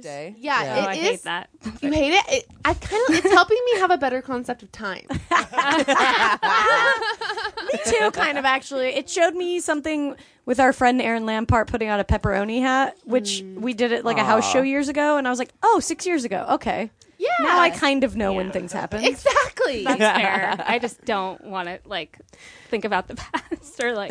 day. Yeah, Yeah. it Oh, I hate is- that. You hate it? it I kind of. It's helping me have a better concept of time. Me too, kind of actually. It showed me something with our friend Aaron Lampart putting on a pepperoni hat, which we did at like a house show years ago, and I was like, oh, six years ago. Okay. Yeah. Now I kind of know when things happen. exactly. That's fair. I just don't want to like think about the past or like.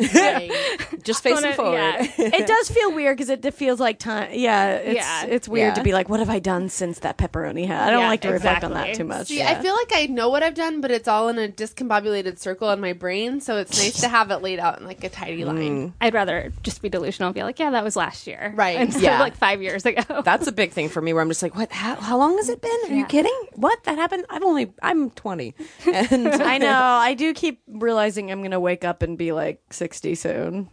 Just facing wanna- forward. yeah. it does feel weird because it d- feels like time. Yeah, it's Yeah. it's weird Yeah. to be like, what have I done since that pepperoni hat? I don't Yeah, like to reflect on that exactly. too much. See, yeah. I feel like I know what I've done, but it's all in a discombobulated circle in my brain. So it's nice to have it laid out in like a tidy line. I'd rather just be delusional and be like, yeah, that was last year, Right. Instead Yeah. of like five years ago. That's a big thing for me where I'm just like, what? How, how long has it been? Are you kidding? What? That happened? I'm only, I'm 20. And I know. I do keep realizing I'm gonna wake up and be like 60 soon.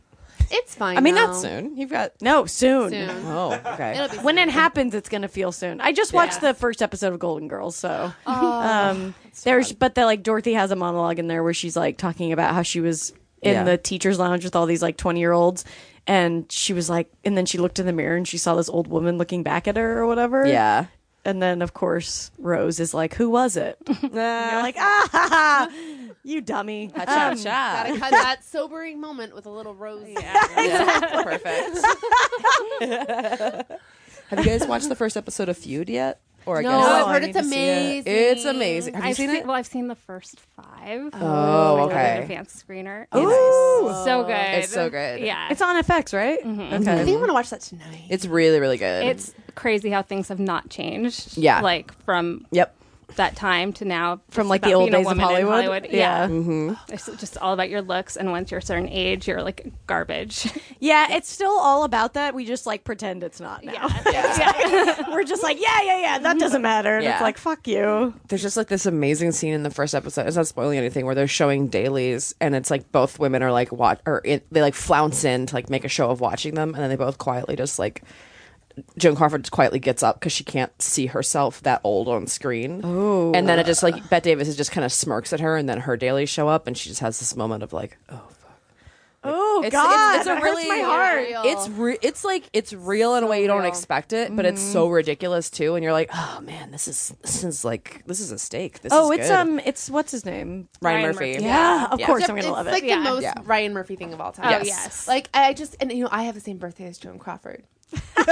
It's fine. I mean, though. not soon. You've got, No, soon. Soon. oh, okay. It'll be When it happens, it's gonna feel soon. I just watched the first episode of Golden Girls, so Oh. um, there's. But the like Dorothy has a monologue in there where she's like talking about how she was in Yeah. the teachers' lounge with all these like 20 year olds, and she was like, and then she looked in the mirror and she saw this old woman looking back at her or whatever. Yeah. And then, of course, Rose is like, "Who was it?" Nah. like, ah, ha, ha, you dummy. Um, Gotta cut that sobering moment with a little rose. Perfect. Have you guys watched the first episode of Feud yet? Or I No, guess I've I heard need it's to see it. amazing. it's amazing. Have you I've seen it? Well, I've seen the first five. Oh, I got an okay. advanced screener. Ooh. It's so good. It's so good. Yeah. It's on FX, right? Mm-hmm. I think I'm gonna watch that tonight. It's really, really good. it's crazy how things have not changed. Yeah. Like from yep. that time to now. From just like the about old being a days of woman in Hollywood. Yeah. yeah. It's just all about your looks. And once you're a certain age, you're like garbage. Yeah, it's still all about that. We just like pretend it's not now. We're just like, yeah, yeah, yeah, that doesn't matter. And Yeah. it's like, fuck you. There's just like this amazing scene in the first episode. It's not spoiling anything where they're showing dailies, and it's like both women are like watch or it, they like flounce in to like make a show of watching them, and then they both quietly just like Joan Crawford quietly gets up because she can't see herself that old on screen. Oh, and then it just like Bette Davis is just kind of smirks at her, and then her dailies show up, and she just has this moment of like, oh. fuck. Oh It's, it's, God, it's that a hurts really my heart. Real. It's re- it's like it's real in a way you don't real. expect it, but it's so Mm-hmm. ridiculous too. And you're like, oh man, this is this is like this is a steak. This Oh, is it's good. um, it's what's his name? Ryan, Ryan Murphy. Murphy. Yeah, of Yeah. course It's I'm gonna love like it. Yeah. the most Yeah. Ryan Murphy thing of all time. Oh, Yes. yes. Like I just and you know I have the same birthday as Joan Crawford.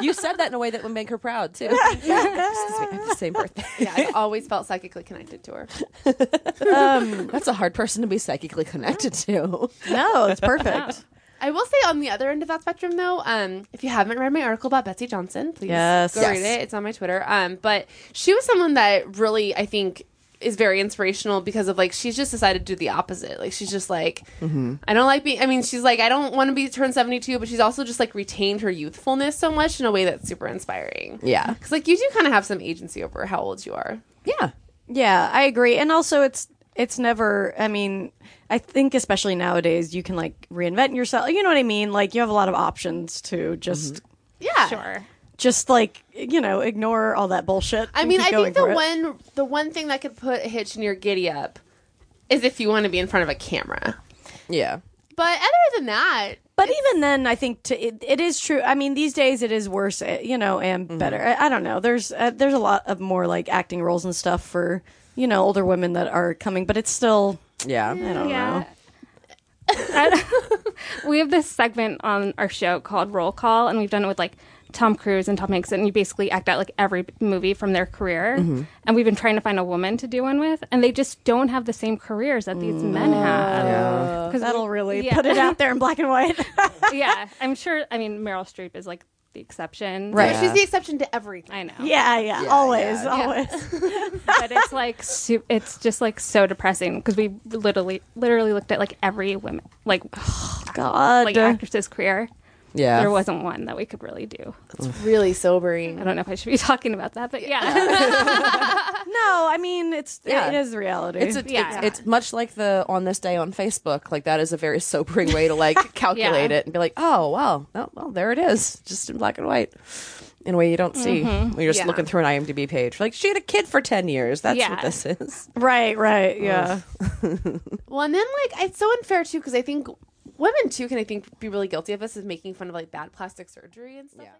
You said that in a way that would make her proud too. Excuse me, I have the same birthday. Yeah, I've always felt psychically connected to her. That's a hard person to be psychically connected to. Um, No, it's perfect. I will say on the other end of that spectrum, though, um, if you haven't read my article about Betsy Johnson, please Yes. go Yes. read it. It's on my Twitter. Um, but she was someone that really, I think, is very inspirational because of like she's just decided to do the opposite. Like she's just like, Mm-hmm. I don't like being. I mean, she's like, I don't want to be turned seventy two, but she's also just like retained her youthfulness so much in a way that's super inspiring. Yeah. because like you do kind of have some agency over how old you are. Yeah. Yeah, I agree. And also, it's it's never. I mean, I think especially nowadays, you can like reinvent yourself. You know what I mean? Like you have a lot of options to just Mm-hmm. Yeah, sure. just like you know ignore all that bullshit. I and mean, keep I going think the for it. one the one thing that could put a hitch in your giddy up is if you want to be in front of a camera. Yeah. But other than that, But even then, I think to, it, it is true. I mean, these days it is worse, eh, you know, and Mm-hmm. better. I, I don't know. There's uh, there's a lot of more like acting roles and stuff for you know older women that are coming, but it's still Yeah. I don't know. we have this segment on our show called Roll Call, and we've done it with like Tom Cruise and Tom Hanks, and you basically act out like every movie from their career. Mm-hmm. And we've been trying to find a woman to do one with, and they just don't have the same careers that these men Mm, have. Yeah. Because That'll really Yeah. put it out there in black and white. yeah, I'm sure. I mean, Meryl Streep is like the exception, Right. she's the exception to everything. I know. yeah, yeah, always, yeah. always. but it's like su- it's just like so depressing because we literally literally looked at like every women like God, like actress's career. uh, Yeah. There wasn't one that we could really do. It's really I sobering. don't know if I should be talking about that, but yeah. no, I mean it's Yeah. it is reality. It's, a, Yeah. it's it's much like the on this day on Facebook. Like that is a very sobering way to like calculate Yeah. it and be like, oh well, oh, well, there it is, just in black and white, in a way you don't see. Mm-hmm. When you're just Yeah. looking through an IMDb page. Like she had a kid for ten years. That's what Yeah. this is. right, right, yeah. Well, and then like it's so unfair too because I think women too can I think be really guilty of this is making fun of like bad plastic surgery and stuff. Yeah.